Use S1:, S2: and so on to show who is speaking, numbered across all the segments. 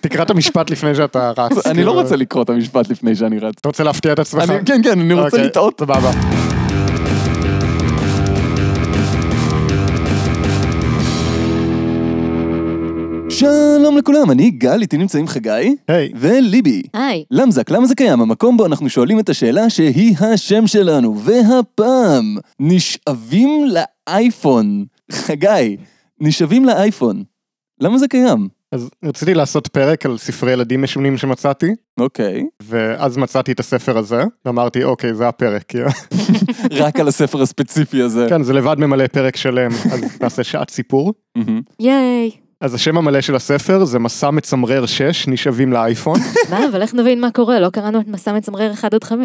S1: תקרא את המשפט לפני שאתה רץ.
S2: אני
S1: כאילו.
S2: לא רוצה לקרוא את המשפט לפני שאני רץ.
S1: אתה רוצה להפתיע את עצמך?
S2: אני- כן, כן, אני רוצה
S1: אוקיי,
S2: לטעות.
S1: סבבה.
S2: שלום לכולם, אני גל, איתי נמצאים חגי.
S1: היי.
S2: וליבי.
S3: היי.
S2: למזק, למה זה קיים? המקום בו אנחנו שואלים את השאלה שהיא השם שלנו. והפעם, נשאבים לאייפון. חגי, נשאבים לאייפון. למה זה קיים?
S1: אז רציתי לעשות פרק על ספרי ילדים משונים שמצאתי,
S2: אוקיי.
S1: ואז מצאתי את הספר הזה, ואמרתי, אוקיי, זה הפרק. כי-
S2: רק על הספר הספציפי הזה.
S1: כן, זה לבד ממלא פרק שלם, אז נעשה שעת סיפור.
S2: מהמם.
S3: ייי.
S1: אז השם המלא של הספר זה מסע מצמרר 6, נשאבים לאייפון.
S3: מה, אבל איך נבין מה קורה? לא קראנו את מסע מצמרר 1 עד 5.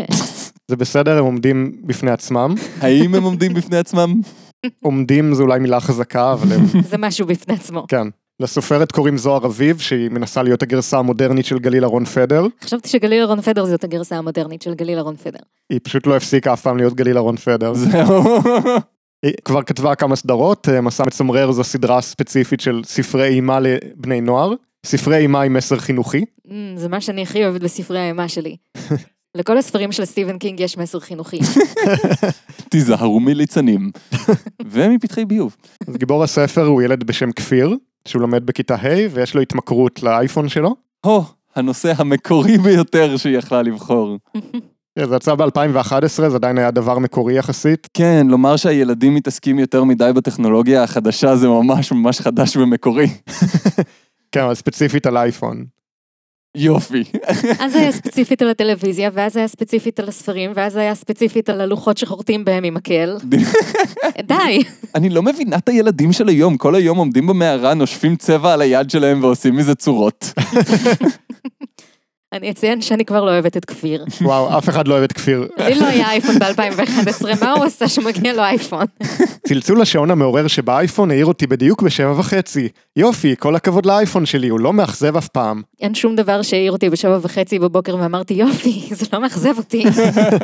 S1: זה בסדר, הם עומדים בפני עצמם.
S2: האם הם עומדים בפני עצמם?
S1: עומדים זה אולי מילה חזקה, אבל הם...
S3: זה משהו בפני עצמו.
S1: כן. לסופרת קוראים זוהר אביב, שהיא מנסה להיות הגרסה המודרנית של גליל אהרון פדר.
S3: חשבתי שגליל אהרון פדר זאת הגרסה המודרנית של גליל אהרון פדר.
S1: היא פשוט לא הפסיקה אף פעם להיות גליל אהרון פדר.
S2: זהו.
S1: היא כבר כתבה כמה סדרות, אה, מסע מצמרר זו סדרה ספציפית של ספרי אימה לבני נוער. ספרי אימה עם מסר חינוכי.
S3: אמ, זה מה שאני הכי אוהבת בספרי האימה שלי. לכל הספרים של סטיבן קינג יש מסר חינוכי.
S2: תיזהרו מליצנים. ומפתחי ביוב.
S1: אז גיבור הספר הוא ילד בשם כפיר, שהוא לומד בכיתה ה' ויש לו התמכרות לאייפון שלו.
S2: הו, הנושא המקורי ביותר שהיא יכלה לבחור.
S1: אה, זה יצא ב-2011, זה עדיין היה דבר מקורי יחסית.
S2: כן, לומר שהילדים מתעסקים יותר מדי בטכנולוגיה החדשה זה ממש ממש חדש ומקורי.
S1: כן, אבל ספציפית על אייפון.
S2: יופי.
S3: אז זה היה ספציפית על הטלוויזיה, ואז זה היה ספציפית על הספרים, ואז זה היה ספציפית על הלוחות שחורטים בהם עם מקל. די.
S2: אני לא מבינה את הילדים של היום, כל היום עומדים במערה, נושפים צבע על היד שלהם ועושים מזה צורות.
S3: אני אציין שאני כבר לא אוהבת את כפיר.
S1: וואו, אף אחד לא אוהב את כפיר.
S3: לי לא היה אייפון ב-2011, מה הוא עשה שמגיע לו אייפון?
S1: צלצול השעון המעורר שבאייפון העיר אותי בדיוק בשבע וחצי. יופי, כל הכבוד לאייפון שלי, הוא לא מאכזב אף פעם.
S3: אין שום דבר שהעיר אותי בשבע וחצי בבוקר ואמרתי יופי, זה לא מאכזב אותי.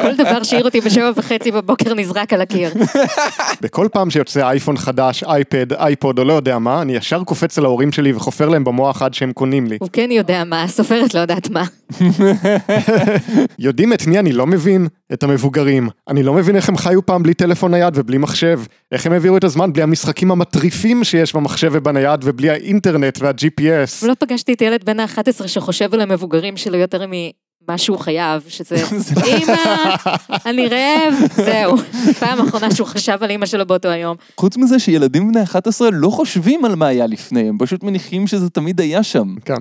S3: כל דבר שהעיר אותי בשבע וחצי בבוקר נזרק על הקיר.
S1: בכל פעם שיוצא אייפון חדש, אייפד, אייפוד או לא יודע מה, אני ישר קופץ על ההורים שלי וחופר להם במוח עד שהם קונים לי.
S3: הוא כן יודע מה, הסופרת לא יודעת מה.
S1: יודעים את מי אני לא מבין? את המבוגרים. אני לא מבין איך הם חיו פעם בלי טלפון נייד ובלי מחשב. איך הם העבירו את הזמן בלי המשחקים המטריפים שיש במחשב ובנייד ובלי האינטרנט וה-GPS.
S3: לא פגשתי את ילד בן ה-11 שחושב על המבוגרים שלו יותר ממה שהוא חייב, שזה אמא, אני רעב, זהו. פעם אחרונה שהוא חשב על אמא שלו באותו היום.
S2: חוץ מזה שילדים בני 11 לא חושבים על מה היה לפני, הם פשוט מניחים שזה תמיד היה שם.
S1: כן.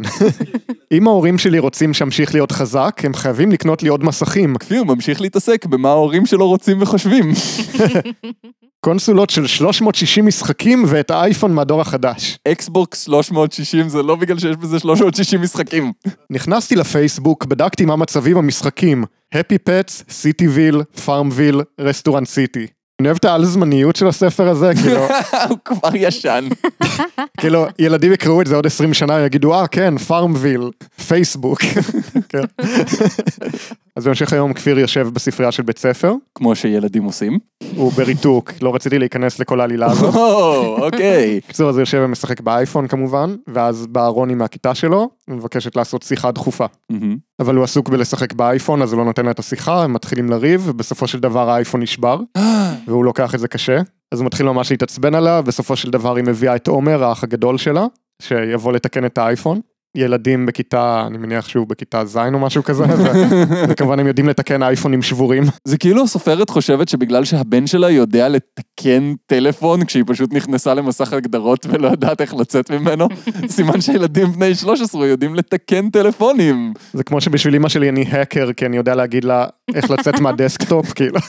S1: אם ההורים שלי רוצים שאמשיך להיות חזק, הם חייבים לקנות לי עוד מסכים.
S2: כפיר ממשיך להתעסק במה ההורים שלו רוצים וחושבים.
S1: קונסולות של 360 משחקים ואת האייפון מהדור החדש.
S2: אקסבוקס 360 זה לא בגלל שיש בזה 360 משחקים.
S1: נכנסתי לפייסבוק, בדקתי מה מצבים המשחקים. הפי פטס, סיטי ויל, פארם ויל, רסטורנט סיטי. אני אוהב את העל זמניות של הספר הזה, כאילו,
S2: הוא כבר ישן.
S1: כאילו, ילדים יקראו את זה עוד 20 שנה, יגידו, אה, כן, פארם ויל, פייסבוק. כן. אז בהמשך היום כפיר יושב בספרייה של בית ספר,
S2: כמו שילדים עושים.
S1: הוא בריתוק, לא רציתי להיכנס לכל העלילה הזאת.
S2: או, אוקיי.
S1: בקיצור, אז הוא יושב ומשחק באייפון כמובן, ואז באה רוני מהכיתה שלו, ומבקשת לעשות שיחה דחופה.
S2: מהמם.
S1: אבל הוא עסוק בלשחק באייפון, אז הוא לא נותן לה את השיחה, הם מתחילים לריב, ובסופו של דבר האייפון נשבר, והוא לוקח את זה קשה. אז הוא מתחיל ממש להתעצבן עליה, בסופו של דבר היא מביאה את עומר, האח הגדול שלה, שיבוא לתקן את האייפון. ילדים בכיתה, אני מניח שהוא בכיתה ז' או משהו כזה, ו- וכמובן הם יודעים לתקן אייפונים שבורים.
S2: זה כאילו הסופרת חושבת שבגלל שהבן שלה יודע לתקן טלפון כשהיא פשוט נכנסה למסך הגדרות ולא יודעת איך לצאת ממנו, סימן שילדים בני 13 יודעים לתקן טלפונים.
S1: זה כמו שבשביל אמא שלי אני האקר, כי אני יודע להגיד לה איך לצאת מהדסקטופ, כאילו.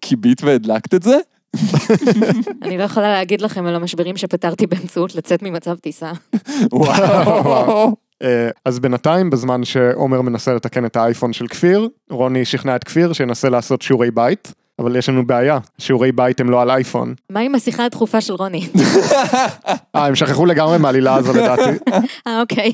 S2: כיבית והדלקת את זה?
S3: אני לא יכולה להגיד לכם על המשברים שפתרתי באמצעות לצאת ממצב טיסה.
S2: וואו.
S1: אה, אז בינתיים, בזמן שעומר מנסה לתקן את האייפון של כפיר, רוני שכנע את כפיר שינסה לעשות שיעורי בית, אבל יש לנו בעיה, שיעורי בית הם לא על אייפון.
S3: מה עם השיחה הדחופה של רוני?
S1: אה, הם שכחו לגמרי מהעלילה הזו לדעתי.
S3: אה, אוקיי.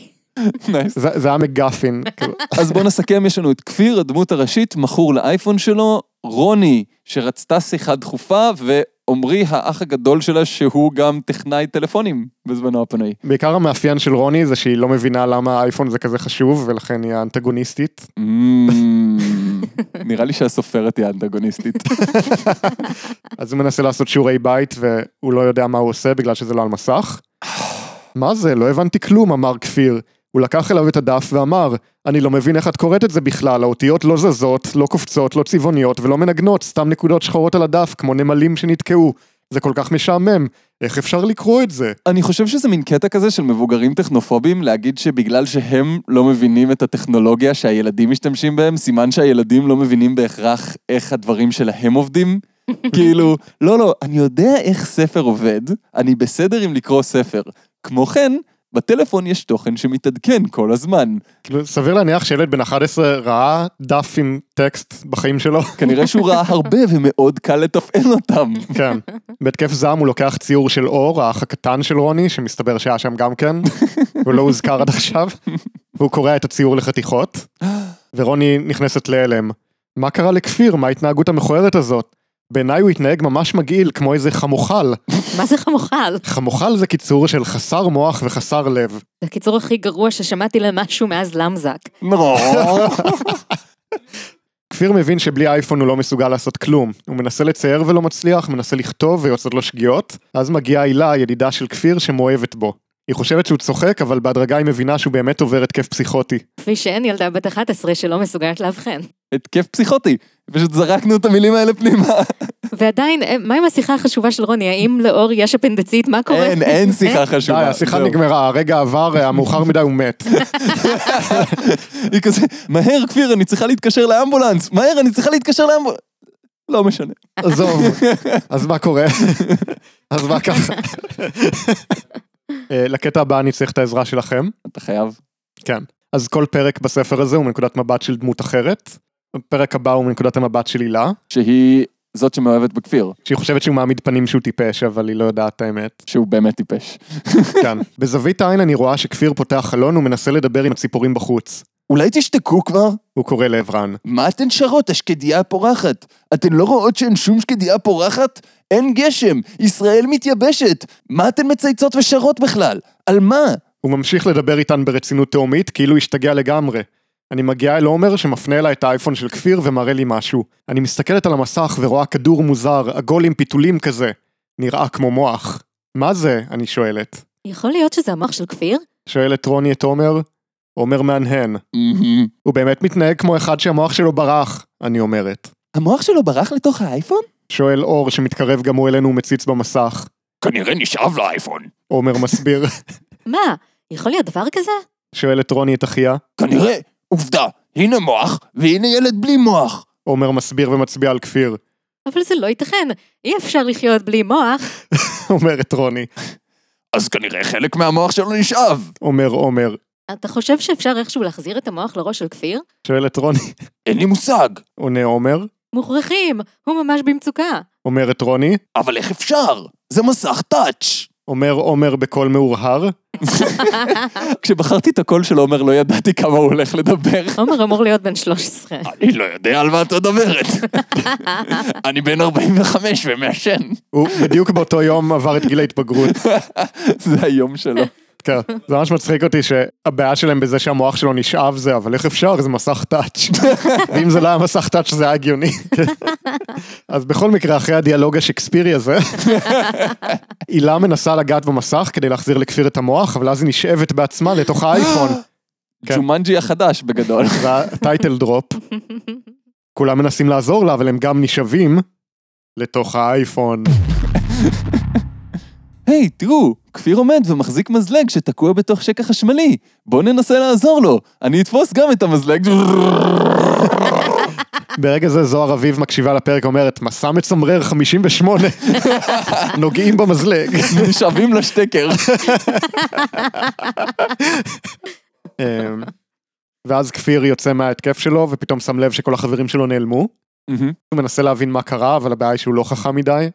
S2: נייס.
S1: זה זה היה מגפין. כאילו. כזה.
S2: אז בואו נסכם, יש לנו את כפיר, הדמות הראשית, מכור לאייפון שלו, רוני, שרצתה שיחה דחופה, ועמרי, האח הגדול שלה, שהוא גם טכנאי טלפונים בזמנו הפנוי.
S1: בעיקר המאפיין של רוני זה שהיא לא מבינה למה האייפון זה כזה חשוב, ולכן היא האנטגוניסטית.
S2: אמ, נראה לי שהסופרת היא האנטגוניסטית.
S1: אז הוא מנסה לעשות שיעורי בית, והוא לא יודע מה הוא עושה בגלל שזה לא על מסך. מה זה, לא הבנתי כלום, אמר כפיר. הוא לקח אליו את הדף ואמר, אני לא מבין איך את קוראת את זה בכלל, האותיות לא זזות, לא קופצות, לא צבעוניות ולא מנגנות, סתם נקודות שחורות על הדף, כמו נמלים שנתקעו. זה כל כך משעמם, איך אפשר לקרוא את זה?
S2: אני חושב שזה מין קטע כזה של מבוגרים טכנופובים להגיד שבגלל שהם לא מבינים את הטכנולוגיה שהילדים משתמשים בהם, סימן שהילדים לא מבינים בהכרח איך הדברים שלהם עובדים. כאילו, לא, לא, אני יודע איך ספר עובד, אני בסדר עם לקרוא ספר. כמו כן, בטלפון יש תוכן שמתעדכן כל הזמן.
S1: כאילו, סביר להניח שילד בן 11 ראה דף עם טקסט בחיים שלו.
S2: כנראה שהוא ראה הרבה ומאוד קל לתפעל אותם.
S1: כן. בהתקף זעם הוא לוקח ציור של אור, האח הקטן של רוני, שמסתבר שהיה שם גם כן, ולא הוזכר עד עכשיו, והוא קורע את הציור לחתיכות, ורוני נכנסת להלם. מה קרה לכפיר? מה ההתנהגות המכוערת הזאת? בעיניי הוא התנהג ממש מגעיל, כמו איזה חמוכל.
S3: מה זה חמוכל?
S1: חמוכל זה קיצור של חסר מוח וחסר לב.
S3: זה הקיצור הכי גרוע ששמעתי למשהו מאז למזק.
S2: נכון.
S1: כפיר מבין שבלי אייפון הוא לא מסוגל לעשות כלום. הוא מנסה לצייר ולא מצליח, מנסה לכתוב ויוצאות לו שגיאות, אז מגיעה הילה, ידידה של כפיר, שמאוהבת בו. היא חושבת שהוא צוחק, אבל בהדרגה היא מבינה שהוא באמת עובר התקף פסיכוטי.
S3: כפי שאין ילדה בת 11 שלא מסוגלת לאבחן.
S2: התקף פסיכוטי, פשוט זרקנו את המילים האלה פנימה.
S3: ועדיין, אה, מה עם השיחה החשובה של רוני? האם לאור יש אפנדצית? מה קורה? אה?
S2: אין, אין שיחה
S1: די,
S2: חשובה.
S1: השיחה
S2: זהו.
S1: נגמרה, הרגע עבר, היה מאוחר מדי, הוא מת.
S2: היא כזה, מהר כפיר, אני צריכה להתקשר לאמבולנס, מהר, אני צריכה להתקשר לאמבולנס. לא משנה.
S1: עזוב, אז מה קורה? אז מה ככה? אה, לקטע הבא אני צריך את העזרה שלכם.
S2: אתה חייב.
S1: כן. אז כל פרק בספר הזה הוא מנקודת מבט של דמות אחרת. הפרק הבא הוא מנקודת המבט של הילה,
S2: שהיא זאת שמאוהבת בכפיר,
S1: שהיא חושבת שהוא מעמיד פנים שהוא טיפש, אבל היא לא יודעת את האמת.
S2: שהוא באמת טיפש.
S1: כן. בזווית העין אני רואה שכפיר פותח חלון ומנסה לדבר עם הציפורים בחוץ.
S2: אולי תשתקו כבר?
S1: הוא קורא לעברן.
S2: מה אתן שרות, השקדייה הפורחת? אתן לא רואות שאין שום שקדייה פורחת? אין גשם, ישראל מתייבשת. מה אתן מצייצות ושרות בכלל? על מה?
S1: הוא ממשיך לדבר איתן ברצינות תהומית, כאילו השתגע לגמרי. אני מגיעה אל עומר שמפנה אליי את האייפון של כפיר ומראה לי משהו. אני מסתכלת על המסך ורואה כדור מוזר, עגול עם פיתולים כזה. נראה כמו מוח. מה זה? אני שואלת.
S3: יכול להיות שזה המוח של כפיר?
S1: שואלת רוני את עומר. עומר מהנהן. הוא באמת מתנהג כמו אחד שהמוח שלו ברח, אני אומרת.
S2: המוח שלו ברח לתוך האייפון?
S1: שואל אור שמתקרב גם הוא אלינו ומציץ במסך.
S2: כנראה נשאב לאייפון.
S1: עומר מסביר.
S3: מה? יכול להיות דבר כזה?
S1: שואל את רוני את אחיה.
S2: כנראה, עובדה, הנה מוח, והנה ילד בלי מוח.
S1: עומר מסביר ומצביע על כפיר.
S3: אבל זה לא ייתכן. אי אפשר לחיות בלי מוח.
S1: אומרת רוני.
S2: אז כנראה חלק מהמוח שלו נשאב.
S1: אומר עומר.
S3: אתה חושב שאפשר איכשהו להחזיר את המוח לראש של כפיר?
S1: שואל את רוני.
S2: אין לי מושג.
S1: עונה עומר.
S3: מוכרחים, הוא ממש במצוקה.
S1: אומרת רוני.
S2: אבל איך אפשר? זה מסך טאץ'.
S1: אומר עומר בקול מאורהר.
S2: כשבחרתי את הקול של עומר לא ידעתי כמה הוא הולך לדבר.
S3: עומר אמור להיות בן 13.
S2: אני לא יודע על מה את מדברת. אני בן 45 ומעשן.
S1: הוא בדיוק באותו יום עבר את גיל ההתבגרות.
S2: זה היום שלו.
S1: כן. זה ממש מצחיק אותי שהבעיה שלהם בזה שהמוח שלו נשאב זה, אבל איך אפשר? זה מסך טאץ'. ואם זה לא היה מסך טאץ' זה היה הגיוני. אז בכל מקרה, אחרי הדיאלוג השקספירי הזה, הילה מנסה לגעת במסך כדי להחזיר לכפיר את המוח, אבל אז היא נשאבת בעצמה לתוך האייפון. כן.
S2: ג'ומנג'י החדש בגדול.
S1: זה הטייטל דרופ. כולם מנסים לעזור לה, אבל הם גם נשאבים לתוך האייפון.
S2: היי, תראו, כפיר עומד ומחזיק מזלג שתקוע בתוך שקע חשמלי. בואו ננסה לעזור לו. אני אתפוס גם את המזלג.
S1: ברגע זה זוהר אביב מקשיבה לפרק אומרת, מסע מצמרר 58, נוגעים במזלג.
S2: נשאבים לשטקר.
S1: אמ, ואז כפיר יוצא מההתקף שלו, ופתאום שם לב שכל החברים שלו נעלמו. הוא מנסה להבין מה קרה, אבל הבעיה היא שהוא לא חכם מדי.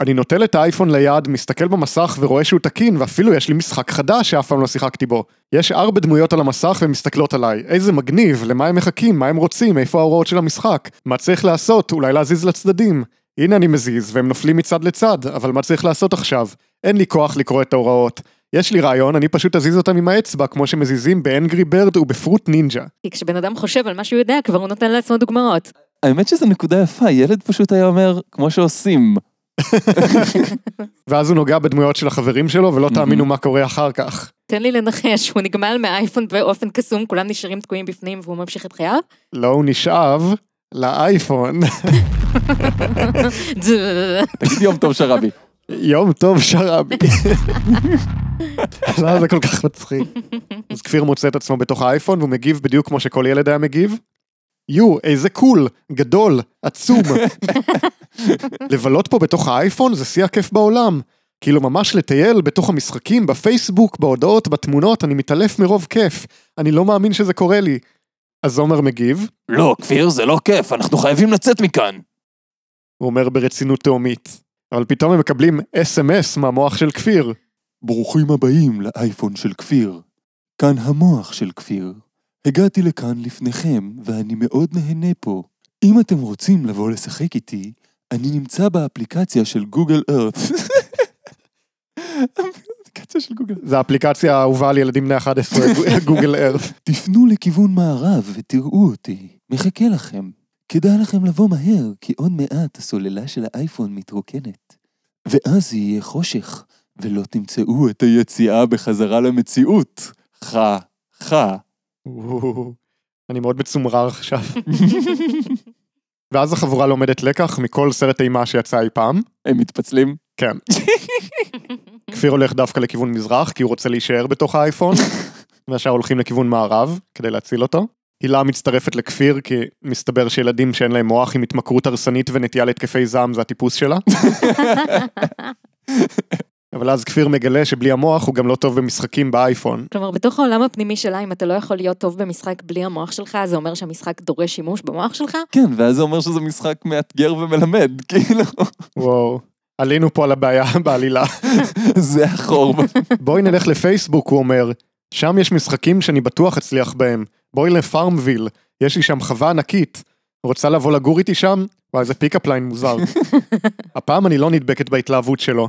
S1: אני נוטל את האייפון ליד, מסתכל במסך ורואה שהוא תקין, ואפילו יש לי משחק חדש שאף פעם לא שיחקתי בו. יש ארבע דמויות על המסך ומסתכלות עליי. איזה מגניב, למה הם מחכים, מה הם רוצים, איפה ההוראות של המשחק, מה צריך לעשות, אולי להזיז לצדדים. הנה אני מזיז, והם נופלים מצד לצד, אבל מה צריך לעשות עכשיו? אין לי כוח לקרוא את ההוראות. יש לי רעיון, אני פשוט אזיז אותם עם האצבע, כמו שמזיזים באנגרי ברד ובפרוט נינג'ה.
S3: כי כשבן אדם חושב על מה שהוא יודע, כבר הוא נותן לעצמו דוגמאות.
S2: האמת שזו נקודה יפה, ילד פשוט היה אומר, כמו שעושים.
S1: ואז הוא נוגע בדמויות של החברים שלו, ולא
S2: מהמם.
S1: תאמינו מה קורה אחר כך.
S3: תן לי לנחש, הוא נגמל מהאייפון באופן קסום, כולם נשארים תקועים בפנים והוא ממשיך את חייו?
S1: לא, הוא נשאב לאייפון.
S2: תגיד יום טוב שרבי.
S1: יום טוב שרבי. למה זה כל כך מצחיק? אז כפיר מוצא את עצמו בתוך האייפון והוא מגיב בדיוק כמו שכל ילד היה מגיב. יו, איזה קול, גדול, עצום. לבלות פה בתוך האייפון זה שיא הכיף בעולם. כאילו ממש לטייל בתוך המשחקים, בפייסבוק, בהודעות, בתמונות, אני מתעלף מרוב כיף. אני לא מאמין שזה קורה לי. אז עומר מגיב,
S2: לא, כפיר, זה לא כיף, אנחנו חייבים לצאת מכאן.
S1: הוא אומר ברצינות תהומית. אבל פתאום הם מקבלים אס.אם.אס מהמוח של כפיר.
S2: ברוכים הבאים לאייפון של כפיר. כאן המוח של כפיר. הגעתי לכאן לפניכם, ואני מאוד נהנה פה. אם אתם רוצים לבוא לשחק איתי, אני נמצא באפליקציה של גוגל ארת. אפליקציה של גוגל.
S1: זה האפליקציה האהובה על ילדים בני 11, גוגל ארף.
S2: תפנו לכיוון מערב ותראו אותי. מחכה לכם. כדאי לכם לבוא מהר, כי עוד מעט הסוללה של האייפון מתרוקנת. ואז יהיה חושך, ולא תמצאו את היציאה בחזרה למציאות. חה, חה.
S1: אני מאוד מצומרר עכשיו. ואז החבורה לומדת לקח מכל סרט אימה שיצא אי פעם.
S2: הם מתפצלים?
S1: כן. כפיר הולך דווקא לכיוון מזרח, כי הוא רוצה להישאר בתוך האייפון, והשאר הולכים לכיוון מערב, כדי להציל אותו. הילה מצטרפת לכפיר, כי מסתבר שילדים שאין להם מוח עם התמכרות הרסנית ונטייה להתקפי זעם זה הטיפוס שלה. אבל אז כפיר מגלה שבלי המוח הוא גם לא טוב במשחקים באייפון.
S3: כלומר, בתוך העולם הפנימי שלה, אם אתה לא יכול להיות טוב במשחק בלי המוח שלך, זה אומר שהמשחק דורש שימוש במוח שלך?
S2: כן, ואז זה אומר שזה משחק מאתגר ומלמד, כאילו,
S1: וואו. עלינו פה על הבעיה בעלילה.
S2: זה החור.
S1: בואי נלך לפייסבוק, הוא אומר. שם יש משחקים שאני בטוח אצליח בהם. בואי לפארמוויל, יש לי שם חווה ענקית. רוצה לבוא לגור איתי שם? וואי, איזה פיקאפ ליין מוזר. הפעם אני לא נדבקת בהתלהבות שלו.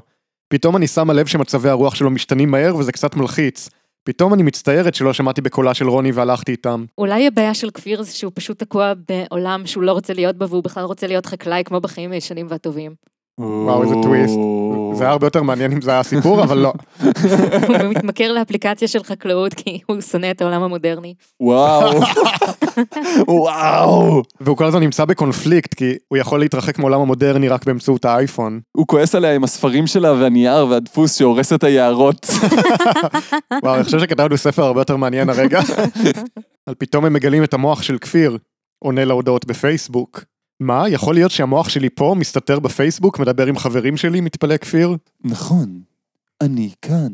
S1: פתאום אני שמה לב שמצבי הרוח שלו משתנים מהר וזה קצת מלחיץ. פתאום אני מצטערת שלא שמעתי בקולה של רוני והלכתי איתם.
S3: אולי הבעיה של כפיר זה שהוא פשוט תקוע בעולם שהוא לא רוצה להיות בו, והוא בכלל רוצה להיות חקלאי כמו בחיים הישנים והטובים.
S1: וואו, איזה טוויסט. זה היה הרבה יותר מעניין אם זה היה סיפור, אבל לא.
S3: הוא מתמכר לאפליקציה של חקלאות, כי הוא שונא את העולם המודרני.
S2: וואו. וואו.
S1: והוא כל הזמן נמצא בקונפליקט, כי הוא יכול להתרחק מעולם המודרני רק באמצעות האייפון.
S2: הוא כועס עליה עם הספרים שלה והנייר והדפוס שהורס את היערות.
S1: וואו, אני חושב שכתבנו ספר הרבה יותר מעניין הרגע. אבל פתאום הם מגלים את המוח של כפיר, עונה להודעות בפייסבוק. מה, יכול להיות שהמוח שלי פה, מסתתר בפייסבוק, מדבר עם חברים שלי, מתפלא כפיר?
S2: נכון, אני כאן.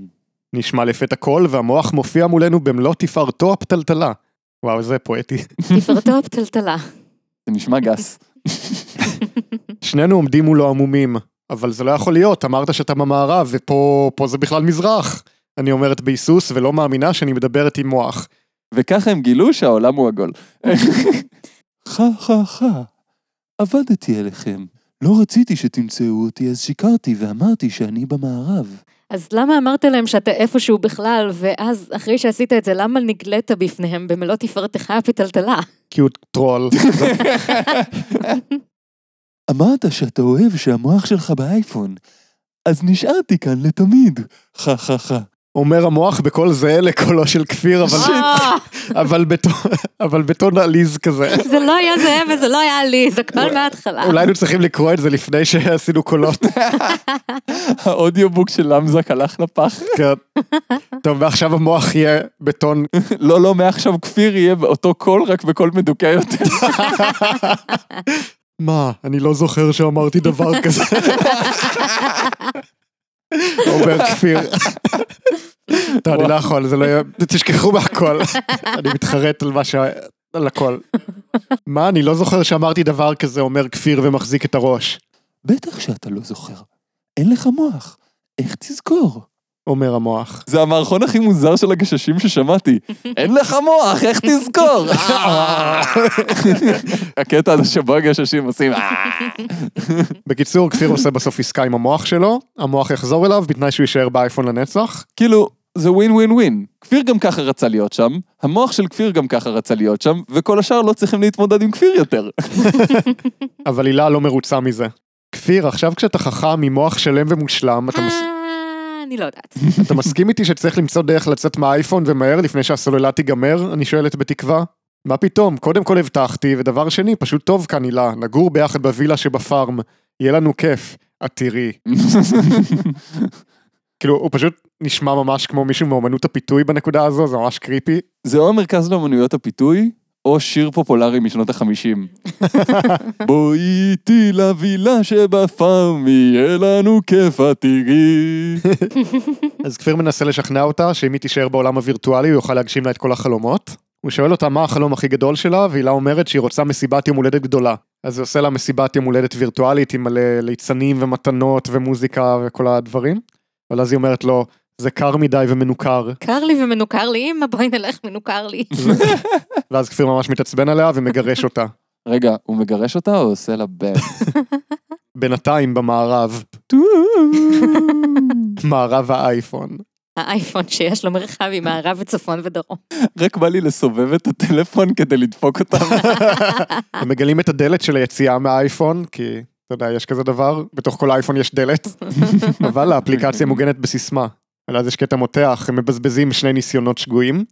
S1: נשמע לפתע קול, והמוח מופיע מולנו במלוא תפארתו הפתלתלה. וואו, זה פואטי.
S3: תפארתו הפתלתלה.
S2: זה נשמע גס.
S1: שנינו עומדים מולו עמומים, אבל זה לא יכול להיות, אמרת שאתה במערב, ופה פה זה בכלל מזרח. אני אומרת בהיסוס, ולא מאמינה שאני מדברת עם מוח.
S2: וככה הם גילו שהעולם הוא עגול. חה חה חה, עבדתי עליכם. לא רציתי שתמצאו אותי, אז שיקרתי ואמרתי שאני במערב.
S3: אז למה אמרת להם שאתה איפשהו בכלל, ואז אחרי שעשית את זה, למה נגלית בפניהם במלוא תפארתך הפתלתלה?
S1: כי הוא טרול.
S2: אמרת שאתה אוהב שהמוח שלך באייפון, אז נשארתי כאן לתמיד. חה חה חה.
S1: אומר המוח בקול זהה לקולו של כפיר, אבל...
S3: אה,
S1: אבל בטון, אבל בטון עליז כזה.
S3: זה לא היה זה וזה לא היה לי, זה כבר מההתחלה.
S1: אולי היינו צריכים לקרוא את זה לפני שעשינו קולות.
S2: האודיובוק של למזק הלך לפח.
S1: כן. טוב, ועכשיו המוח יהיה בטון.
S2: לא, לא, מעכשיו כפיר יהיה באותו קול, רק בקול מדוכא יותר.
S1: מה, אני לא זוכר שאמרתי דבר כזה. אומר כפיר. טוב, אני לא יכול, זה לא יהיה... תשכחו מהכל. אני מתחרט על מה ש... על הכל. מה, אני לא זוכר שאמרתי דבר כזה, אומר כפיר ומחזיק את הראש.
S2: בטח שאתה לא זוכר. אין לך מוח, איך תזכור?
S1: אומר המוח.
S2: זה המערכון הכי מוזר של הגששים ששמעתי. אין לך מוח, איך תזכור? הקטע הזה שבו הגששים עושים... "אה."
S1: בקיצור, כפיר עושה בסוף עסקה עם המוח שלו, המוח יחזור אליו בתנאי שהוא יישאר באייפון לנצח.
S2: כאילו, זה ווין ווין ווין. כפיר גם ככה רצה להיות שם, המוח של כפיר גם ככה רצה להיות שם, וכל השאר לא צריכים להתמודד עם כפיר יותר.
S1: אבל הילה לא מרוצה מזה. כפיר, עכשיו כשאתה חכם עם מוח שלם ומושלם, אתה, מס...
S3: אה, אני לא יודעת.
S1: אתה מסכים איתי שצריך למצוא דרך לצאת מהאייפון ומהר לפני שהסוללה תיגמר? אני שואלת בתקווה. מה פתאום? קודם כל הבטחתי, ודבר שני, פשוט טוב כאן הילה, נגור ביחד בווילה שבפארם, יהיה לנו כיף, את תראי. כאילו, הוא פשוט נשמע ממש כמו מישהו מאומנות הפיתוי בנקודה הזו, זה ממש קריפי.
S2: זה או המרכז לאמנויות הפיתוי, או שיר פופולרי משנות החמישים. בואי איתי לווילה שבפארם יהיה לנו כיף את תראי.
S1: אז כפיר מנסה לשכנע אותה שאם היא תישאר בעולם הווירטואלי הוא יוכל להגשים לה את כל החלומות. הוא שואל אותה מה החלום הכי גדול שלה, והילה אומרת שהיא רוצה מסיבת יום הולדת גדולה. אז הוא עושה לה מסיבת יום הולדת וירטואלית עם מלא ליצנים ומתנות ומוזיקה וכל הדברים. אבל אז היא אומרת לו, זה קר מדי ומנוכר.
S3: קר לי ומנוכר לי, אמא בואי נלך מנוכר לי.
S1: ואז כפיר ממש מתעצבן עליה ומגרש אותה.
S2: רגע, הוא מגרש אותה או עושה לה בן?
S1: בינתיים במערב, מערב האייפון.
S3: האייפון שיש לו מרחב עם מערב וצפון ודרום.
S2: רק בא לי לסובב את הטלפון כדי לדפוק אותה.
S1: הם מגלים את הדלת של היציאה מהאייפון, כי אתה יודע, יש כזה דבר, בתוך כל אייפון יש דלת, אבל האפליקציה מוגנת בסיסמה. ואז יש קטע מותח, הם מבזבזים שני ניסיונות שגויים,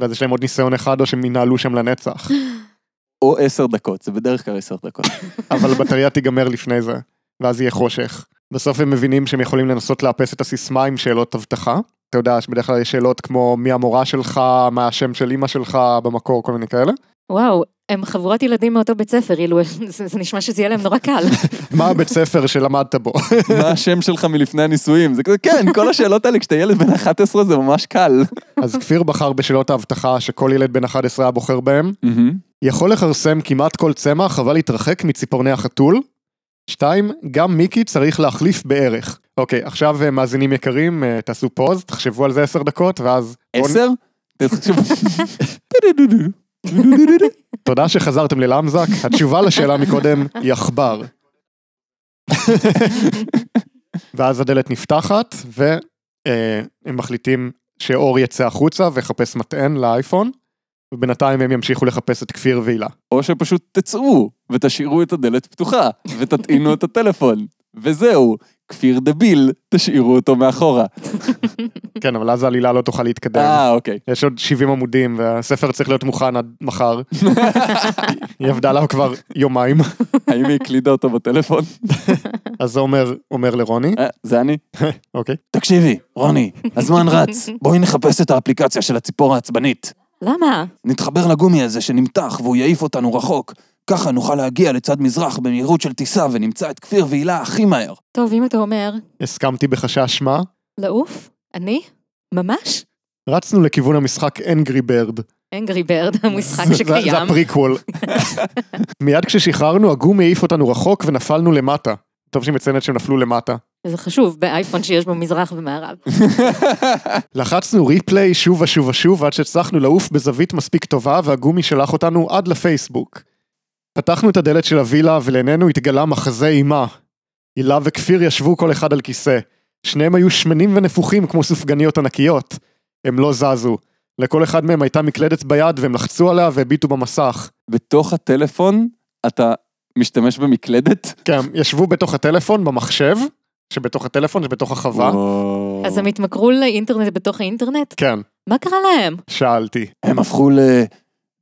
S1: ואז יש להם עוד ניסיון אחד או שהם ינהלו שם לנצח,
S2: או עשר דקות, זה בדרך כלל עשר דקות.
S1: אבל הבטריה תיגמר לפני זה, ואז יהיה חושך. בסוף הם מבינים שהם יכולים לנסות לאפס את הסיסמה עם שאלות אבטחה. אתה יודע שבדרך כלל יש שאלות כמו מי המורה שלך, מה השם של אמא שלך במקור, כל מיני כאלה.
S3: וואו, הם חבורת ילדים מאותו בית ספר, אילו, זה זה נשמע שזה יהיה להם נורא קל.
S1: מה הבית ספר שלמדת בו?
S2: מה השם שלך מלפני הנישואים? זה כזה, כן, כל השאלות האלה כשאתה ילד בן 11 זה ממש קל.
S1: אז כפיר בחר בשאלות האבטחה שכל ילד בן 11 היה בוחר בהם. יכול לכרסם כמעט כל צמח, אבל להתרחק מציפורני החתול. שתיים, גם מיקי צריך להחליף בערך. אוקיי, עכשיו אה, מאזינים יקרים, אה, תעשו פוז, תחשבו על זה עשר דקות, ואז... בואו נ-
S2: עשר? תחשוב.
S1: תודה שחזרתם ללמזק. התשובה לשאלה מקודם, יחבר. ואז הדלת נפתחת, והם מחליטים שאור יצא החוצה ויחפש מטען לאייפון, ובינתיים הם ימשיכו לחפש את כפיר והילה.
S2: או שפשוט תצאו, ותשאירו את הדלת פתוחה, ותטעינו את הטלפון. וזהו, כפיר דביל, תשאירו אותו מאחורה.
S1: כן, אבל אז העלילה לא תוכל להתקדם.
S2: אה, אוקיי.
S1: יש עוד 70 עמודים, והספר צריך להיות מוכן עד מחר. היא עבדה עליו כבר יומיים.
S2: האם היא הקלידה אותו בטלפון?
S1: אז עומר אומר לרוני,
S2: אה, זה אני.
S1: אוקיי.
S2: תקשיבי, רוני, הזמן רץ. בואי נחפש את האפליקציה של הציפור העצבנית.
S3: למה?
S2: נתחבר לגומי הזה שנמתח והוא יעיף אותנו רחוק. ככה נוכל להגיע לצד מזרח במהירות של טיסה ונמצא את כפיר והילה הכי מהר.
S3: טוב, אם אתה אומר,
S1: הסכמתי בחשש מה?
S3: לעוף? אני? ממש?
S1: רצנו לכיוון המשחק אנגרי ברד.
S3: אנגרי ברד, המשחק
S1: זה- זה- זה
S3: שקיים.
S1: הפריקוול. מיד כששחררנו, הגום העיף אותנו רחוק ונפלנו למטה. טוב שהיא מציינת שהם נפלו למטה.
S3: זה חשוב, באייפון שיש בו מזרח ומערב.
S1: לחצנו ריפליי שוב ושוב ושוב עד שהצלחנו לעוף בזווית מספיק טובה והגומי שלח אותנו עד לפייסבוק. פתחנו את הדלת של הווילה ולעינינו התגלה מחזה אימה. הילה וכפיר ישבו כל אחד על כיסא. שניהם היו שמנים ונפוחים כמו סופגניות ענקיות. הם לא זזו. לכל אחד מהם הייתה מקלדת ביד והם לחצו עליה והביטו במסך.
S2: בתוך הטלפון אתה משתמש במקלדת?
S1: כן, הם ישבו בתוך הטלפון, במחשב, שבתוך הטלפון זה בתוך החווה.
S3: אז הם התמכרו לאינטרנט בתוך האינטרנט?
S1: כן,
S3: מה קרה להם?
S1: שאלתי.
S2: הם הפכו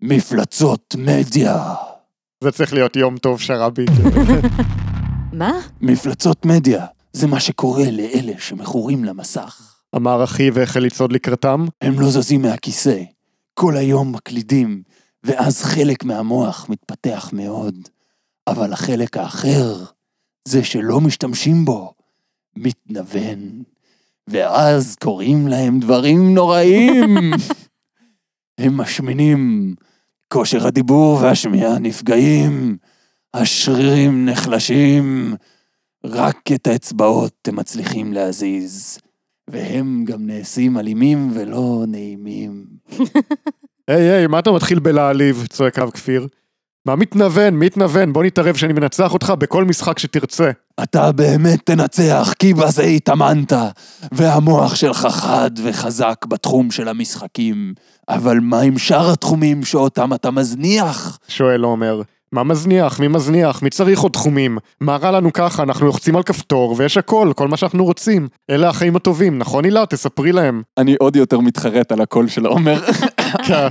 S2: למפלצות מדיה.
S1: זה צריך להיות יום טוב שרבי.
S3: מה?
S2: מפלצות מדיה, זה מה שקורה לאלה שמכורים למסך.
S1: אמר אחי והחל לצעוד לקראתם.
S2: הם לא זזים מהכיסא, כל היום מקלידים, ואז חלק מהמוח מתפתח מאוד, אבל החלק האחר, זה שלא משתמשים בו, מתנוון, ואז קוראים להם דברים נוראים. הם משמינים, כושר הדיבור והשמיעה נפגעים, השרירים נחלשים, רק את האצבעות אתם מצליחים להזיז, והם גם נעשים אלימים ולא נעימים.
S1: היי, היי, מה אתה מתחיל בלהעליב? צועק אב כפיר. מה מתנוון? מי התנוון? בוא נתערב שאני מנצח אותך בכל משחק שתרצה.
S2: אתה באמת תנצח, כי בזה התאמנת, והמוח שלך חד וחזק בתחום של המשחקים, אבל מה עם שאר התחומים שאותם אתה מזניח?
S1: שואל עומר. מה מזניח? מי מזניח? מי צריך עוד תחומים? מה רע לנו ככה? אנחנו לוחצים על כפתור ויש הכל, כל מה שאנחנו רוצים. אלה החיים הטובים, נכון הילה? תספרי להם.
S2: אני עוד יותר מתחרט על הקול של עומר.
S1: כן.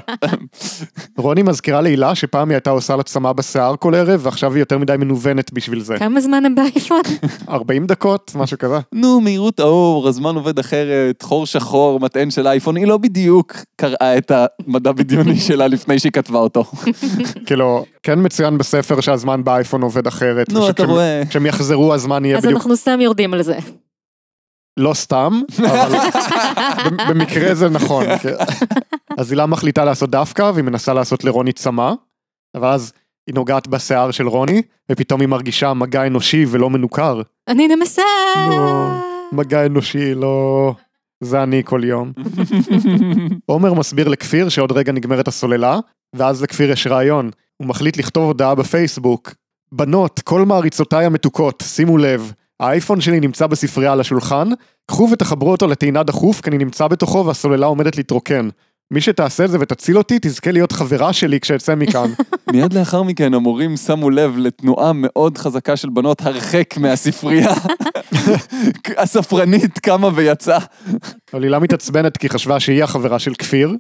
S1: רוני מזכירה להילה שפעם היא הייתה עושה לה צמא בשיער כל ערב, ועכשיו היא יותר מדי מנוונת בשביל זה.
S3: כמה זמן הם באייפון?
S1: 40 דקות, משהו כזה.
S2: נו, מהירות האור, הזמן עובד אחרת, חור שחור, מטען של אייפון, היא לא בדיוק קראה את המדע בדיוני שלה לפני שהיא כתבה אותו.
S1: כאילו, כן מצוין בספר שהזמן באייפון עובד אחרת.
S2: נו, אתה
S1: ושכשהם-
S2: רואה.
S1: כשהם יחזרו הזמן יהיה
S3: אז
S1: בדיוק
S3: אנחנו סתם יורדים על זה.
S1: לא סתם, אבל במ- במקרה זה נכון. כן. אז הילה מחליטה לעשות דווקא, והיא מנסה לעשות לרוני צמא, אבל אז היא נוגעת בשיער של רוני, ופתאום היא מרגישה מגע אנושי ולא מנוכר.
S3: אני נמסה!
S1: נו, מגע אנושי, לא... זה אני כל יום. עומר מסביר לכפיר שעוד רגע נגמרת הסוללה, ואז לכפיר יש רעיון. הוא מחליט לכתוב הודעה בפייסבוק. בנות, כל מעריצותיי המתוקות, שימו לב, האייפון שלי נמצא בספרייה על השולחן, קחו ותחברו אותו לטעינה דחוף, כי אני נמצא בתוכו והסוללה עומדת להתרוקן. מי שתעשה את זה ותציל אותי, תזכה להיות חברה שלי כשאצא מכאן.
S2: מיד לאחר מכן המורים שמו לב לתנועה מאוד חזקה של בנות הרחק מהספרייה. הספרנית קמה ויצאה.
S1: אבל הילה מתעצבנת כי היא חשבה שהיא החברה של כפיר,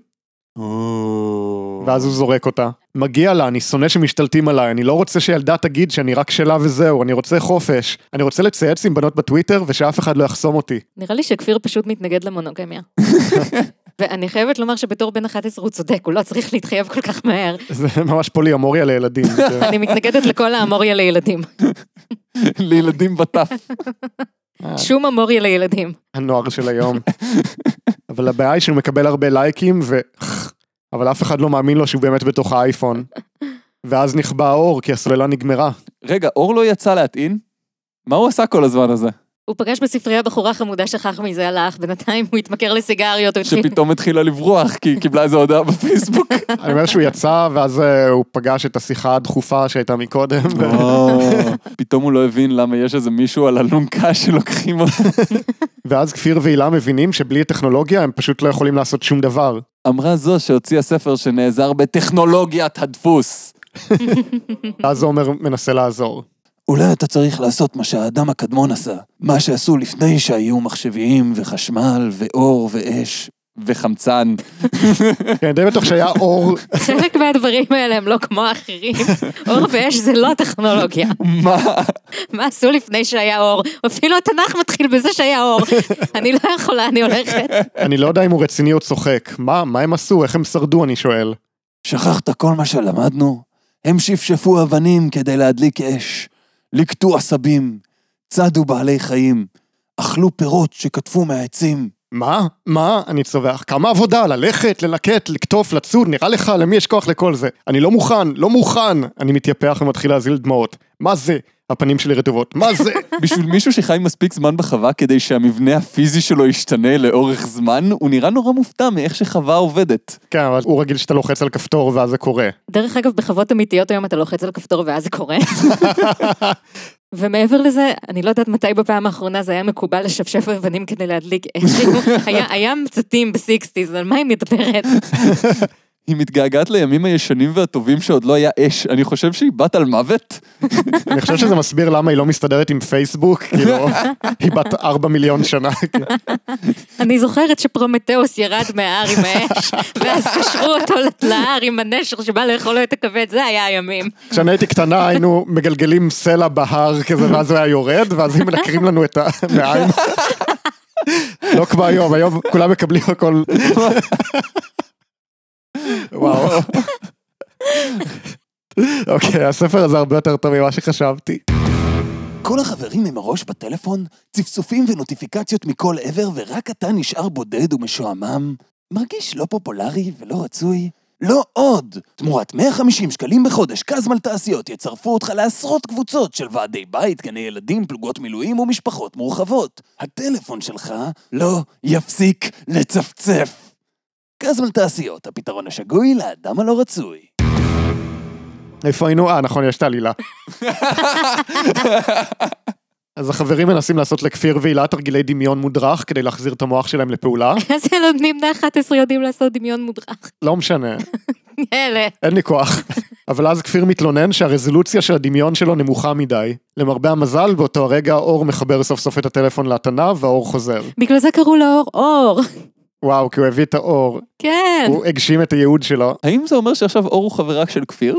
S1: ואז הוא זורק אותה. מגיע לה, אני שונא שמשתלטים עליי, אני לא רוצה שילדה תגיד שאני רק שלה וזהו, אני רוצה חופש. אני רוצה לצייץ עם בנות בטוויטר ושאף אחד לא יחסום אותי.
S3: נראה לי שכפיר פשוט מתנגד למונוגמיה. ואני חייבת לומר שבתור בן 11 הוא צודק, הוא לא צריך להתחייב כל כך מהר.
S1: זה ממש פוליאמוריה לילדים. זה-
S3: אני מתנגדת לכל האמוריה לילדים.
S2: לילדים בטף.
S1: אה.
S3: שום אמוריה לילדים.
S1: הנוער של היום. אבל הבעיה היא שהוא מקבל הרבה לייקים ו... אבל אף אחד לא מאמין לו שהוא באמת בתוך האייפון. ואז נכבה האור כי הסוללה נגמרה.
S2: רגע, אור לא יצא להטעין? מה הוא עשה כל הזמן הזה?
S3: הוא פגש בספרייה בחורה חמודה, שכח מזה, הלך, בינתיים הוא התמכר לסיגריות, הוא התחיל...
S2: שפתאום התחילה לברוח, כי היא קיבלה איזו הודעה בפייסבוק.
S1: אני אומר שהוא יצא ואז אה, הוא פגש את השיחה הדחופה שהייתה מקודם.
S2: פתאום הוא לא הבין למה יש איזה מישהו על אלונקה שלוקחים אותו.
S1: ואז כפיר והילה מבינים שבלי הטכנולוגיה הם פשוט לא יכולים לעשות שום דבר.
S2: אמרה זו שהוציאה ספר שנעזר בטכנולוגיית הדפוס.
S1: אז עומר מנסה לעזור.
S2: אולי אתה צריך לעשות מה שהאדם הקדמון עשה, מה שעשו לפני שהיו מחשביים וחשמל ואור ואש. וחמצן.
S1: כן, די בטוח שהיה אור,
S3: חלק מהדברים האלה הם לא כמו האחרים. אור ואש זה לא טכנולוגיה.
S2: מה?
S3: מה עשו לפני שהיה אור? אפילו התנ"ך מתחיל בזה שהיה אור. אני לא יכולה, אני הולכת.
S1: אני לא יודע אם הוא רציני או צוחק. מה, מה הם עשו? איך הם שרדו, אני שואל.
S2: שכחת כל מה שלמדנו? הם שפשפו אבנים כדי להדליק אש, ליקטו עשבים, צדו בעלי חיים, אכלו פירות שקטפו מהעצים.
S1: מה? מה? אני צווח. כמה עבודה? ללכת, ללקט, לקטוף, לצוד, נראה לך? למי יש כוח לכל זה? אני לא מוכן, לא מוכן! אני מתייפח ומתחיל להזיל דמעות. מה זה? הפנים שלי רטובות. מה זה?
S2: בשביל מישהו שחי מספיק זמן בחווה כדי שהמבנה הפיזי שלו ישתנה לאורך זמן, הוא נראה נורא מופתע מאיך שחווה עובדת.
S1: כן, אבל הוא רגיל שאתה לוחץ על כפתור ואז זה קורה.
S3: דרך אגב, בחוות אמיתיות היום אתה לוחץ על כפתור ואז זה קורה. ומעבר לזה, אני לא יודעת מתי בפעם האחרונה זה היה מקובל לשפשף אבנים כדי להדליק אש. היה- היה מצתים בסיקסטיז, על מה היא מדברת?
S2: היא מתגעגעת לימים הישנים והטובים שעוד לא היה אש. אני חושב שהיא בת על מוות.
S1: אני חושב שזה מסביר למה היא לא מסתדרת עם פייסבוק, כאילו, היא בת ארבע מיליון שנה.
S3: אני זוכרת שפרומטאוס ירד מההר עם האש, ואז קשרו אותו להר עם הנשר שבא לאכול לו את הכבד, זה היה הימים.
S1: כשאני הייתי קטנה היינו מגלגלים סלע בהר כזה, ואז הוא היה יורד, ואז הם מנקרים לנו את המעיים. לא כמו היום, היום כולם מקבלים הכל. וואו. אוקיי, הספר הזה הרבה יותר טוב ממה שחשבתי.
S2: כל החברים עם הראש בטלפון, צפצופים ונוטיפיקציות מכל עבר, ורק אתה נשאר בודד ומשועמם. מרגיש לא פופולרי ולא רצוי.
S4: לא עוד! תמורת 150 שקלים בחודש, קזמל תעשיות יצרפו אותך לעשרות קבוצות של ועדי בית, גני ילדים, פלוגות מילואים ומשפחות מורחבות. הטלפון שלך לא יפסיק לצפצף. קזמל תעשיות, הפתרון השגוי לאדם הלא רצוי.
S1: איפה היינו? אה, נכון, יש את העלילה. אז החברים מנסים לעשות לכפיר והילה תרגילי דמיון מודרך כדי להחזיר את המוח שלהם לפעולה.
S3: אז ילדים בני 11 יודעים לעשות דמיון מודרך.
S1: לא משנה,
S3: אלה.
S1: אין לי כוח. אבל אז כפיר מתלונן שהרזולוציה של הדמיון שלו נמוכה מדי. למרבה המזל, באותו הרגע אור מחבר סוף סוף את הטלפון להתנה והאור חוזר.
S3: בגלל זה קראו לאור אור.
S1: וואו, כי הוא הביא את האור,
S3: כן.
S1: הוא הגשים את הייעוד שלו.
S2: האם זה אומר שעכשיו אור הוא חברה של כפיר?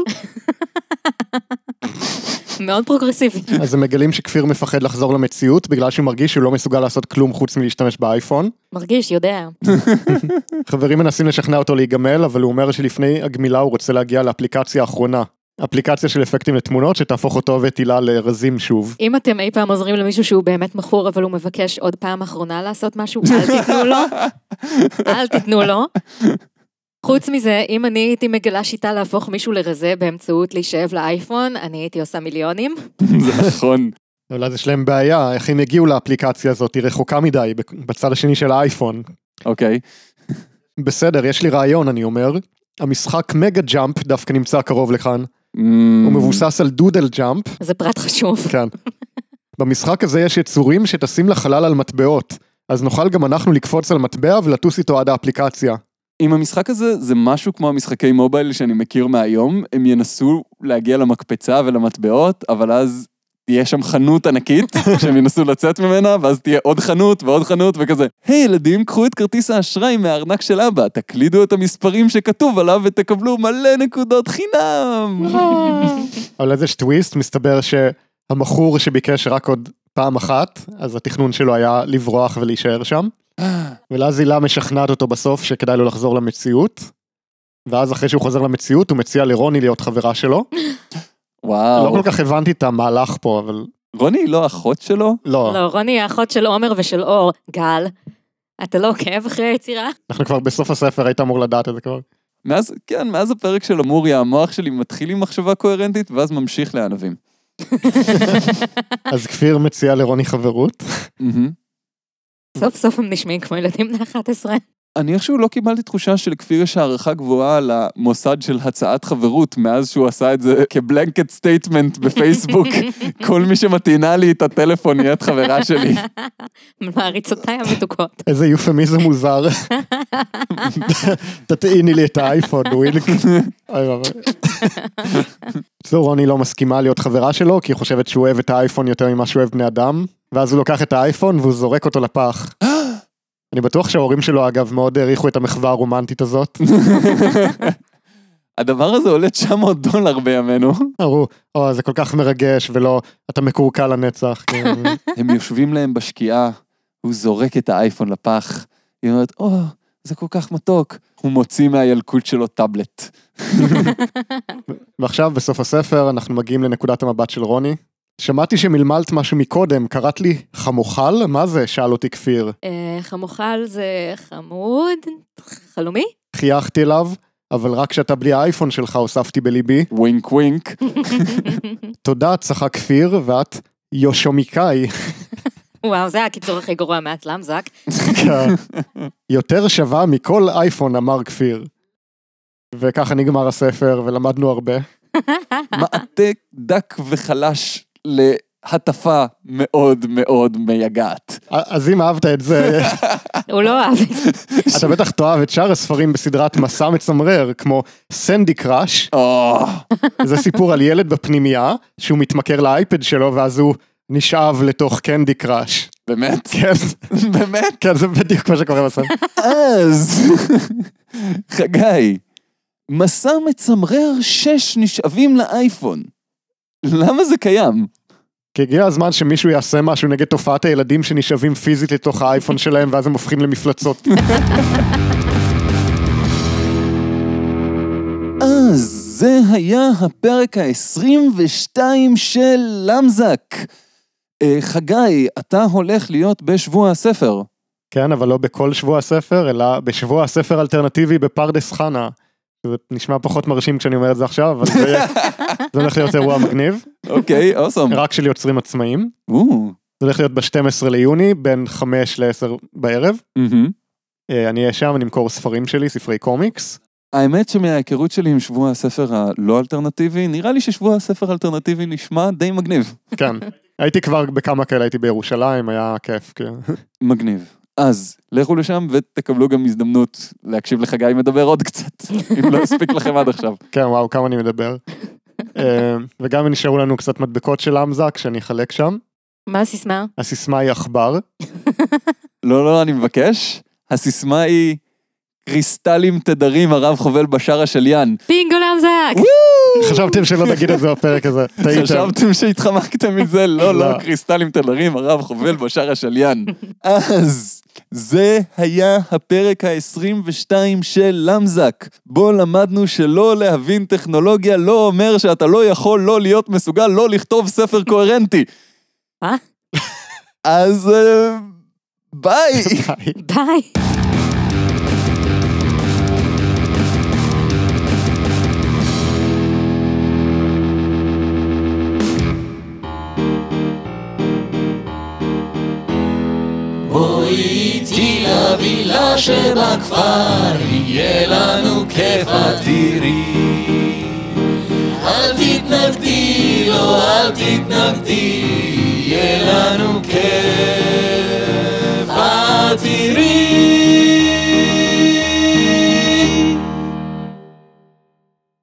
S3: מאוד פרוגרסיבי.
S1: אז הם מגלים שכפיר מפחד לחזור למציאות בגלל שהוא מרגיש שהוא לא מסוגל לעשות כלום חוץ מלהשתמש באייפון.
S3: מרגיש, יודע.
S1: חברים מנסים לשכנע אותו להיגמל, אבל הוא אומר שלפני הגמילה הוא רוצה להגיע לאפליקציה האחרונה. אפליקציה של אפקטים לתמונות שתהפוך אותו ואת הילה לרזים שוב.
S3: אם אתם אי פעם עוזרים למישהו שהוא באמת מכור, אבל הוא מבקש עוד פעם אחרונה לעשות משהו, אל תיתנו לו. אל תיתנו לו. חוץ מזה, אם אני הייתי מגלה שיטה להפוך מישהו לרזה באמצעות להישאב לאייפון, אני הייתי עושה מיליונים.
S2: זה נכון.
S1: אבל אז יש להם בעיה, איך הם הגיעו לאפליקציה הזאת, היא רחוקה מדי, בק- בצד השני של האייפון.
S2: אוקיי.
S1: בסדר, יש לי רעיון, אני אומר. המשחק מגה ג'אמפ דווקא נמצא קרוב לכאן.
S2: Mm.
S1: הוא מבוסס על דודל ג'אמפ,
S3: זה פרט חשוב.
S1: כן. במשחק הזה יש יצורים שטסים לחלל על מטבעות, אז נוכל גם אנחנו לקפוץ על מטבע ולטוס איתו עד האפליקציה.
S2: אם המשחק הזה זה משהו כמו המשחקי מובייל שאני מכיר מהיום, הם ינסו להגיע למקפצה ולמטבעות, אבל אז תהיה שם חנות ענקית שהם ינסו לצאת ממנה, ואז תהיה עוד חנות ועוד חנות וכזה. היי ילדים, קחו את כרטיס האשראי מהארנק של אבא, תקלידו את המספרים שכתוב עליו ותקבלו מלא נקודות חינם.
S1: אבל אז יש טוויסט, מסתבר שהמכור שביקש רק עוד פעם אחת, אז התכנון שלו היה לברוח ולהישאר שם. ואז הילה משכנעת אותו בסוף שכדאי לו לחזור למציאות. ואז אחרי שהוא חוזר למציאות, הוא מציע לרוני להיות חברה שלו. לא
S2: וואו.
S1: כל כך הבנתי את המהלך פה, אבל
S2: רוני היא לא אחות שלו?
S1: לא.
S3: לא, רוני היא האחות של עומר ושל אור. גל, אתה לא עוקב אחרי היצירה?
S1: אנחנו כבר בסוף הספר, היית אמור לדעת את זה כבר.
S2: מאז, כן, מאז הפרק של אמוריה, המוח שלי מתחיל עם מחשבה קוהרנטית, ואז ממשיך לענבים.
S1: אז כפיר מציע לרוני חברות.
S2: מהמם.
S3: סוף סוף הם נשמעים כמו ילדים בני 11.
S2: אני איכשהו לא קיבלתי תחושה שלכפיר יש הערכה גבוהה על המוסד של הצעת חברות מאז שהוא עשה את זה כבלנקט סטייטמנט בפייסבוק. כל מי שמטעינה לי את הטלפון היא את חברה שלי.
S3: מעריצותיי המתוקות.
S1: איזה יופמיזם מוזר. תטעיני לי את האייפון, ווילק. אוי ואבוי. בקיצור, רוני לא מסכימה להיות חברה שלו, כי היא חושבת שהוא אוהב את האייפון יותר ממה שהוא אוהב בני אדם, ואז הוא לוקח את האייפון והוא זורק אותו לפח. אני בטוח שההורים שלו, אגב, מאוד העריכו את המחווה הרומנטית הזאת.
S2: הדבר הזה עולה 900 דולר בימינו.
S1: אמרו, או, זה כל כך מרגש, ולא, אתה מקורקע לנצח. כן.
S2: הם יושבים להם בשקיעה, הוא זורק את האייפון לפח. היא אומרת, או, זה כל כך מתוק. הוא מוציא מהילקוט שלו טאבלט.
S1: ועכשיו, בסוף הספר, אנחנו מגיעים לנקודת המבט של רוני. שמעתי שמלמלת משהו מקודם, קראת לי חמוכל? מה זה? שאל אותי כפיר.
S3: אה, חמוכל זה חמוד, חלומי?
S1: חייכתי אליו, אבל רק כשאתה בלי האייפון שלך הוספתי בליבי.
S2: ווינק ווינק.
S1: תודה, צחק כפיר, ואת יושומיקאי.
S3: וואו, זה הקיצור הכי גרוע מאת למזק.
S1: כן. יותר שווה מכל אייפון, אמר כפיר. וככה נגמר הספר, ולמדנו הרבה.
S2: מעטה דק וחלש להטפה מאוד מאוד מייגעת.
S1: אז אם אהבת את זה,
S3: הוא לא אהב את זה.
S1: אתה בטח תאהב את שאר הספרים בסדרת מסע מצמרר, כמו סנדי קראש,
S2: אה,
S1: זה סיפור על ילד בפנימייה, שהוא מתמכר לאייפד שלו, ואז הוא נשאב לתוך קנדי קראש.
S2: באמת?
S1: כן,
S2: באמת?
S1: כן, זה בדיוק מה שקורה בספר.
S2: אז. חגי, מסע מצמרר שש נשאבים לאייפון. למה זה קיים?
S1: כי הגיע הזמן שמישהו יעשה משהו נגד תופעת הילדים שנשאבים פיזית לתוך האייפון שלהם ואז הם הופכים למפלצות.
S2: אז זה היה הפרק ה-22 של למזק. אה, חגי, אתה הולך להיות בשבוע הספר.
S1: כן, אבל לא בכל שבוע הספר, אלא בשבוע הספר אלטרנטיבי בפרדס חנה, זה נשמע פחות מרשים כשאני אומר את זה עכשיו, אבל זה יהיה- זה הולך להיות אירוע מגניב,
S2: אוקיי, אוסום.
S1: רק של יוצרים עצמאיים.
S2: או,
S1: זה הולך להיות ב-12 ליוני, בין 5 ל-10 בערב.
S2: מהמם.
S1: אה, אני אהיה שם, אני אמכור ספרים שלי, ספרי קומיקס.
S2: האמת שמההיכרות שלי עם שבוע הספר הלא אלטרנטיבי, נראה לי ששבוע הספר האלטרנטיבי נשמע די מגניב.
S1: כן. הייתי כבר בכמה כאלה, הייתי בירושלים, היה כיף. כן.
S2: מגניב. אז לכו לשם ותקבלו גם הזדמנות להקשיב לחגי מדבר עוד קצת, אם לא הספיק לכם עד עכשיו.
S1: כן, וואו, כמה אני מדבר. אה, וגם נשארו לנו קצת מדבקות של אמזק שאני אחלק שם.
S3: מה הסיסמה?
S1: הסיסמה היא עכבר.
S2: לא, לא, אני מבקש. הסיסמה היא קריסטלים תדרים הרב חובל בשאר השליין.
S3: בינגו לאמזק!
S1: חשבתם שלא תגיד את זה בפרק הזה, טעיתם.
S2: חשבתם שהתחמקתם מזה? לא, לא,
S1: לא.
S2: קריסטלים תדרים הרב חובל בשאר השליין. אז... זה היה הפרק ה-22 של למזק, בו למדנו שלא להבין טכנולוגיה לא אומר שאתה לא יכול לא להיות מסוגל לא לכתוב ספר קוהרנטי.
S3: מה?
S2: אז אה, ביי.
S1: ביי.
S3: ביי!
S4: איתי לווילה שבכפר, יהיה לנו כיף את תראי. אל תתנגדי, לא אל תתנגדי, יהיה לנו כיף את תראי.